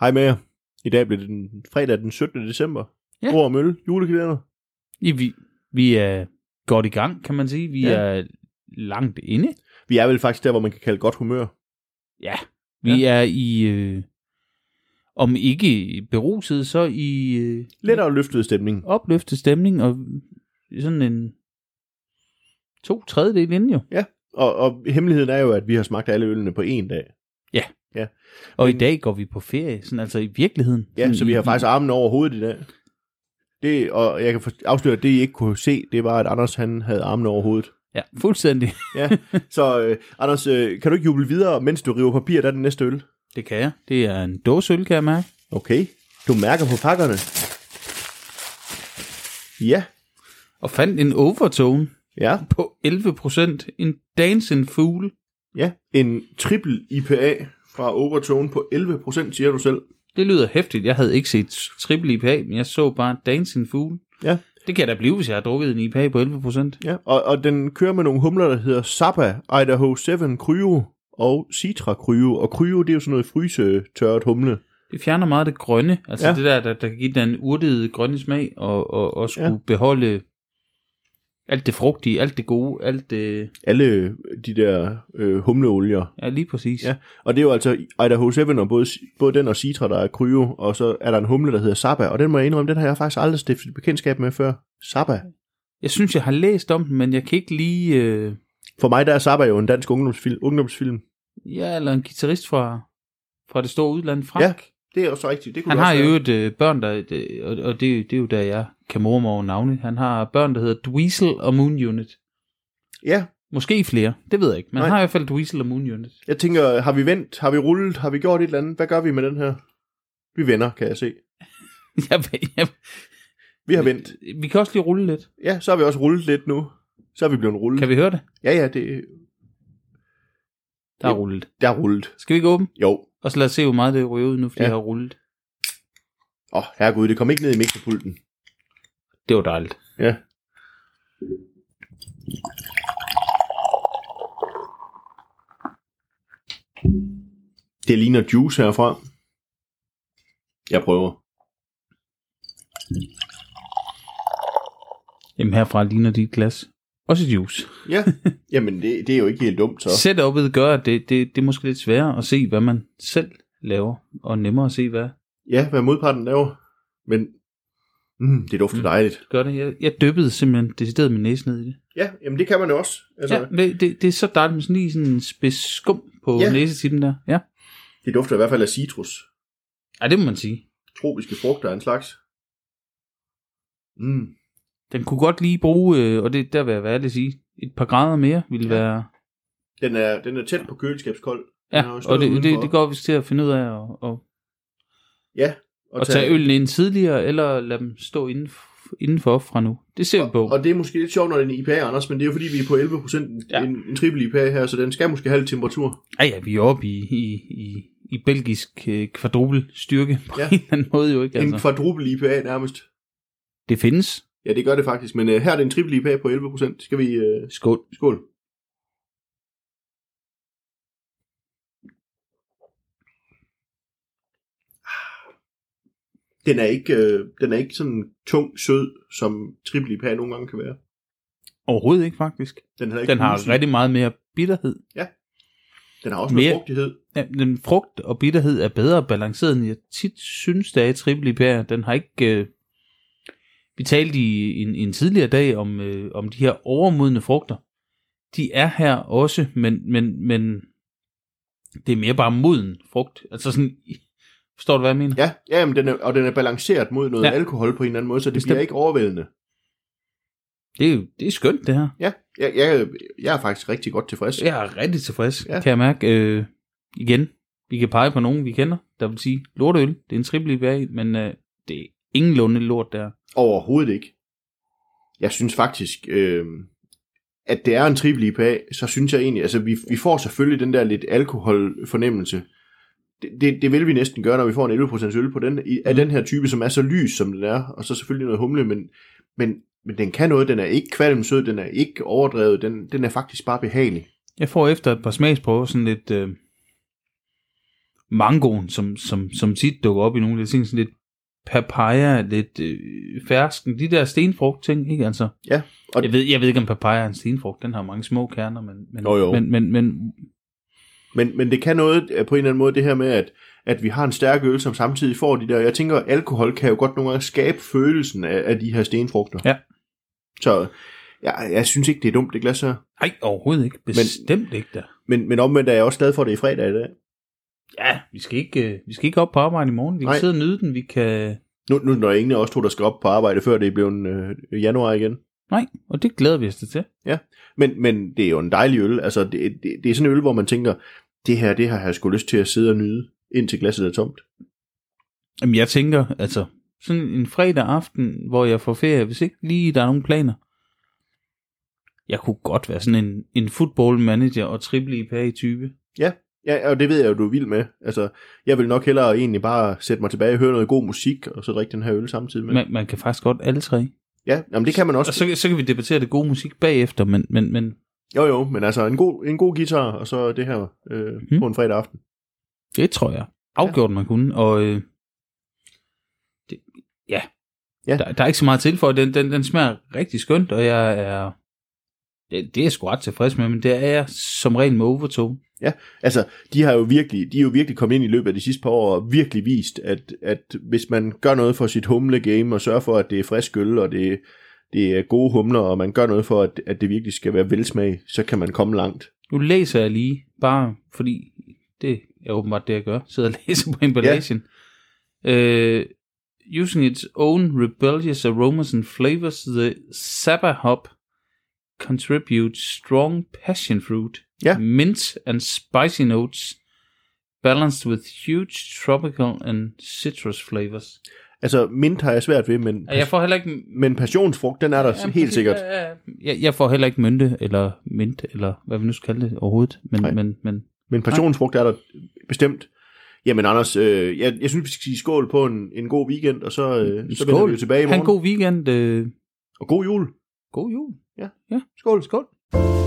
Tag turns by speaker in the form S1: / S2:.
S1: Hej med jer. I dag bliver det den fredag den 17. december.
S2: Ja.
S1: Ja. Ord og mølle, julekalender.
S2: Ja, vi, vi er godt i gang, kan man sige. Vi
S1: Ja.
S2: ja. er langt inde.
S1: Vi er vel faktisk der, hvor man kan kalde godt humør.
S2: Ja, vi ja. er i, øh, om ikke beruset, så i øh,
S1: Lidt og løftet stemning.
S2: opløftet stemning, og sådan en to tredjedel inde jo.
S1: Og, og hemmeligheden er jo, at vi har smagt alle ølene på én dag.
S2: Og
S1: Men-
S2: i dag går vi på ferie, sådan altså i virkeligheden.
S1: Ja,
S2: sådan
S1: så vi
S2: i-
S1: har faktisk
S2: i-
S1: armen over hovedet i dag. Det, og jeg kan for- afsløre, at det I ikke kunne se, det var, at Anders han havde armen over hovedet.
S2: Ja, fuldstændig.
S1: Ja, så øh, Anders, øh, kan du ikke juble videre, mens du river papir, der er den næste øl?
S2: Det kan jeg. Det er en dåseøl, kan jeg mærke.
S1: Okay, du mærker på pakkerne. Ja,
S2: Og fandt en overtone
S1: ja,
S2: på 11 En dancing fool.
S1: ja. En triple IPA fra Overtone på 11%, siger du selv.
S2: Det lyder hæftigt. Jeg havde ikke set triple IPA, men jeg så bare Dancing Fool.
S1: Ja.
S2: Det kan jeg da blive, hvis jeg har drukket en IPA på 11 procent.
S1: Ja, og, og den kører med nogle humler, der hedder Zappa, Idaho 7 Cryo og Citra Cryo. Og Cryo, det er jo sådan noget frysetørret humle.
S2: Det fjerner meget af det grønne. Altså
S1: Ja.
S2: ja. det der, der, der kan give den urtede grønne smag, og, og, og skulle
S1: Ja.
S2: ja. beholde alt det frugtige, alt det gode, alt det...
S1: Alle de der øh, humleolier.
S2: Ja, lige præcis.
S1: Ja. Og det er jo altså Idaho 7, og både, både den og Citra, der er Cryo, og så er der en humle, der hedder Zappa. Og den må jeg indrømme, den har jeg faktisk aldrig stiftet bekendtskab med før. Zappa.
S2: Jeg synes, jeg har læst om den, men jeg kan ikke lige... Øh...
S1: For mig der er Zappa jo en dansk ungdomsfilm. ungdomsfilm.
S2: Ja, eller en guitarist fra, fra det store udland, Frank.
S1: Ja, Det er også rigtigt. Det kunne
S2: Han
S1: det
S2: har
S1: også
S2: jo
S1: være.
S2: et øh, børn, der, det, og, og det, det er jo der, jeg kan morme over navne. Han har børn, der hedder Dweezil og Moon Unit.
S1: Ja,
S2: Måske flere, det ved jeg ikke. Men
S1: Nej.
S2: han har i hvert fald Dweezil og Moon Unit.
S1: jeg tænker, har vi vendt? Har vi rullet? Har vi gjort et eller andet? Hvad gør vi med den her? Vi vender, kan jeg se.
S2: Jeg, jeg,
S1: Vi har vendt.
S2: vi kan også lige rulle lidt.
S1: Ja, så har vi også rullet lidt nu. Så er vi blevet rullet.
S2: Kan vi høre det?
S1: Ja, ja, det,
S2: Der er
S1: Ja.
S2: rullet.
S1: der er rullet.
S2: Skal vi ikke åbne?
S1: Jo.
S2: Og så lad os se, hvor meget det ryger ud nu, fordi
S1: Ja.
S2: ja. jeg har rullet.
S1: Åh, oh, herregud, det kom ikke ned i mikropulten.
S2: Det var dejligt.
S1: Ja. Det ligner juice herfra. Jeg prøver.
S2: Jamen herfra ligner dit glas. Også et juice.
S1: Ja, jamen det, det er jo ikke helt dumt, så.
S2: Setup'et gør, at det, det, det er måske lidt sværere at se, hvad man selv laver. Og nemmere at se, hvad
S1: Ja, hvad modparten laver. Men mm, det dufter mm.
S2: Mm.
S1: dejligt.
S2: gør det. Jeg, jeg dyppede simpelthen decideret min næse ned i det.
S1: Ja, jamen det kan man jo også. Altså, ja.
S2: Ja, det, det, det er så dejligt med sådan lige sådan en spids skum på
S1: Ja.
S2: ja. næsetippen der. Ja.
S1: Det dufter i hvert fald af citrus.
S2: ja, det må man sige.
S1: Tropiske frugter af en slags. Mm.
S2: Den kunne godt lige bruge, øh, og det der vil jeg være ærlig at sige, et par grader mere ville
S1: Ja.
S2: ja. være...
S1: Den, er, den er tæt på køleskabskold. Den
S2: Ja,
S1: har jo
S2: og
S1: stået
S2: det, det,
S1: udenfor.
S2: det går vist til at finde ud af at, at,
S1: Ja, og,
S2: at tage ølen ind tidligere, eller lade dem stå inden, indenfor fra nu. Det ser vi på.
S1: Og, og det er måske lidt sjovt, når det er en IPA, Anders, men det er jo fordi, vi er på 11% ja.
S2: Ja.
S1: en, en triple IPA her, så den skal måske have lidt temperatur.
S2: Ja, ja, vi er oppe i, i, i, i belgisk øh, kvadrupel styrke på
S1: Ja.
S2: ja. en eller anden måde jo ikke.
S1: Altså. En
S2: Altså.
S1: kvadruple IPA nærmest.
S2: Det findes.
S1: Ja, det gør det faktisk, men uh, her er det en triple IPA på 11%. Skal vi... Uh,
S2: Skål.
S1: skål. Den er, ikke, øh, den er ikke sådan tung, sød, som triple IPA nogle gange kan være.
S2: Overhovedet ikke faktisk.
S1: Den, er ikke
S2: Den har
S1: busen.
S2: rigtig meget mere bitterhed.
S1: den har også noget
S2: mere-
S1: frugtighed.
S2: Ja, den frugt og bitterhed er bedre balanceret, end jeg tit synes, der er i triple IPA. Den har ikke... Øh... Vi talte i en, en tidligere dag om, øh, om de her overmodne frugter. De er her også, men, men, men det er mere bare moden frugt. Altså sådan... Forstår du, hvad jeg mener?
S1: Ja, ja men den er, og den er balanceret mod noget ja.
S2: Ja.
S1: alkohol på en eller anden måde, så det Bestemt.
S2: Bestemt.
S1: bliver ikke overvældende.
S2: Det, er, jo- det er skønt, det her.
S1: Ja, jeg, jeg, jeg er faktisk rigtig godt tilfreds. Ja.
S2: Jeg er rigtig tilfreds,
S1: Ja.
S2: ja. kan jeg mærke. Øh, igen, vi kan pege på nogen, vi kender, der vil sige, lortøl, det er en triple IPA, men øh, det er ingenlunde lort der.
S1: Overhovedet ikke. Jeg synes faktisk, øh, at det er en triple IPA, så synes jeg egentlig, altså vi, vi får selvfølgelig den der lidt alkoholfornemmelse. Det, det, det vil vi næsten gøre, når vi får en 11% øl på den, i, af
S2: Mm.
S1: den her type, som er så lys, som den er, og så selvfølgelig noget humle, men, men, men den kan noget, den er ikke kvalmsød, den er ikke overdrevet, den, den er faktisk bare behagelig.
S2: Jeg får efter et par smagsprøver sådan lidt øh, mangoen, som, som, som tit dukker op i nogle af de ting, sådan lidt papaya, lidt øh, fersken, de der stenfrugt ting, ikke altså?
S1: Ja, og-
S2: Og jeg, ved, jeg ved ikke, om papaya er en stenfrugt, den har mange små kerner, men, men,
S1: Jo, jo.
S2: men, men, men
S1: Men, men det kan noget øh, på en eller anden måde, det her med, at, at vi har en stærk øl, som samtidig får de der... Jeg tænker, alkohol kan jo godt nogle gange skabe følelsen af, af de her stenfrugter.
S2: Ja.
S1: Så jeg, jeg synes ikke, det er dumt, det glas her.
S2: nej, overhovedet ikke, bestemt men, ikke da.
S1: Men, men omvendt er jeg også glad for, at det er fredag i dag.
S2: Ja, vi skal ikke, øh, vi skal ikke op på arbejde i morgen, vi kan
S1: Nej.
S2: sidde og nyde den, vi kan...
S1: Nu, nu når ingen af os to, der skal op på arbejde, før det er blevet øh, januar igen.
S2: Nej, og det glæder vi os da til.
S1: Men, men det er jo en dejlig øl. Altså, det, det, det er sådan en øl, hvor man tænker, det her, det her har jeg sgu lyst til at sidde og nyde, indtil glasset er tomt.
S2: Jamen, jeg tænker, altså, sådan en fredag aften, hvor jeg får ferie, hvis ikke lige der er nogen planer. Jeg kunne godt være sådan en, en football manager og triple IPA type.
S1: Ja, og det ved jeg jo, du er vild med. Altså, jeg vil nok hellere egentlig bare sætte mig tilbage og høre noget god musik, og så drikke den her øl samtidig med. Men,
S2: Man, man kan faktisk godt alle tre.
S1: ja, jamen, det kan man også.
S2: Og så, så kan vi debattere det gode musik bagefter, men, men, men
S1: Jo, jo, men altså en god, en god guitar, og så det her øh,
S2: Mm.
S1: på en fredag aften.
S2: det tror jeg afgjort, man kunne. Og øh, det, ja,
S1: Ja.
S2: Der, der er ikke så meget til for. Den, den, den smager rigtig skønt, og jeg er... Det, det er jeg sgu ret tilfreds med, men det er jeg som regel med overtog.
S1: Altså, de har jo virkelig, de er jo virkelig kommet ind i løbet af de sidste par år og virkelig vist, at, at hvis man gør noget for sit humle game og sørger for, at det er frisk øl, og det, det er gode humler, og man gør noget for, at, at det virkelig skal være velsmag, så kan man komme langt.
S2: Nu læser jeg lige, bare fordi det er åbenbart det, jeg gør. Sidder og læser på emballagen. Øh, using its own rebellious aromas and flavors, the Saba hop contributes strong passion fruit,
S1: Ja.
S2: mint and spicy notes, balanced with huge tropical and citrus flavors.
S1: Altså, mint har jeg svært ved, men,
S2: Jeg får heller ikke
S1: men passionsfrugt, den er der
S2: Jamen,
S1: helt
S2: præcis,
S1: sikkert.
S2: ja, ja. Jeg, jeg får heller ikke mynte, eller mint, eller hvad vi nu skal kalde det overhovedet. Men,
S1: Nej.
S2: men, men
S1: Men passionsfrugt er der bestemt. Jamen Anders, øh, jeg, jeg synes, vi skal sige skål på en, en god weekend, og så, øh, så vender vi jo tilbage i
S2: Ha' en
S1: morgen.
S2: god weekend. Øh,
S1: Og god jul.
S2: god jul.
S1: Ja.
S2: ja.
S1: Skål.
S2: Skål.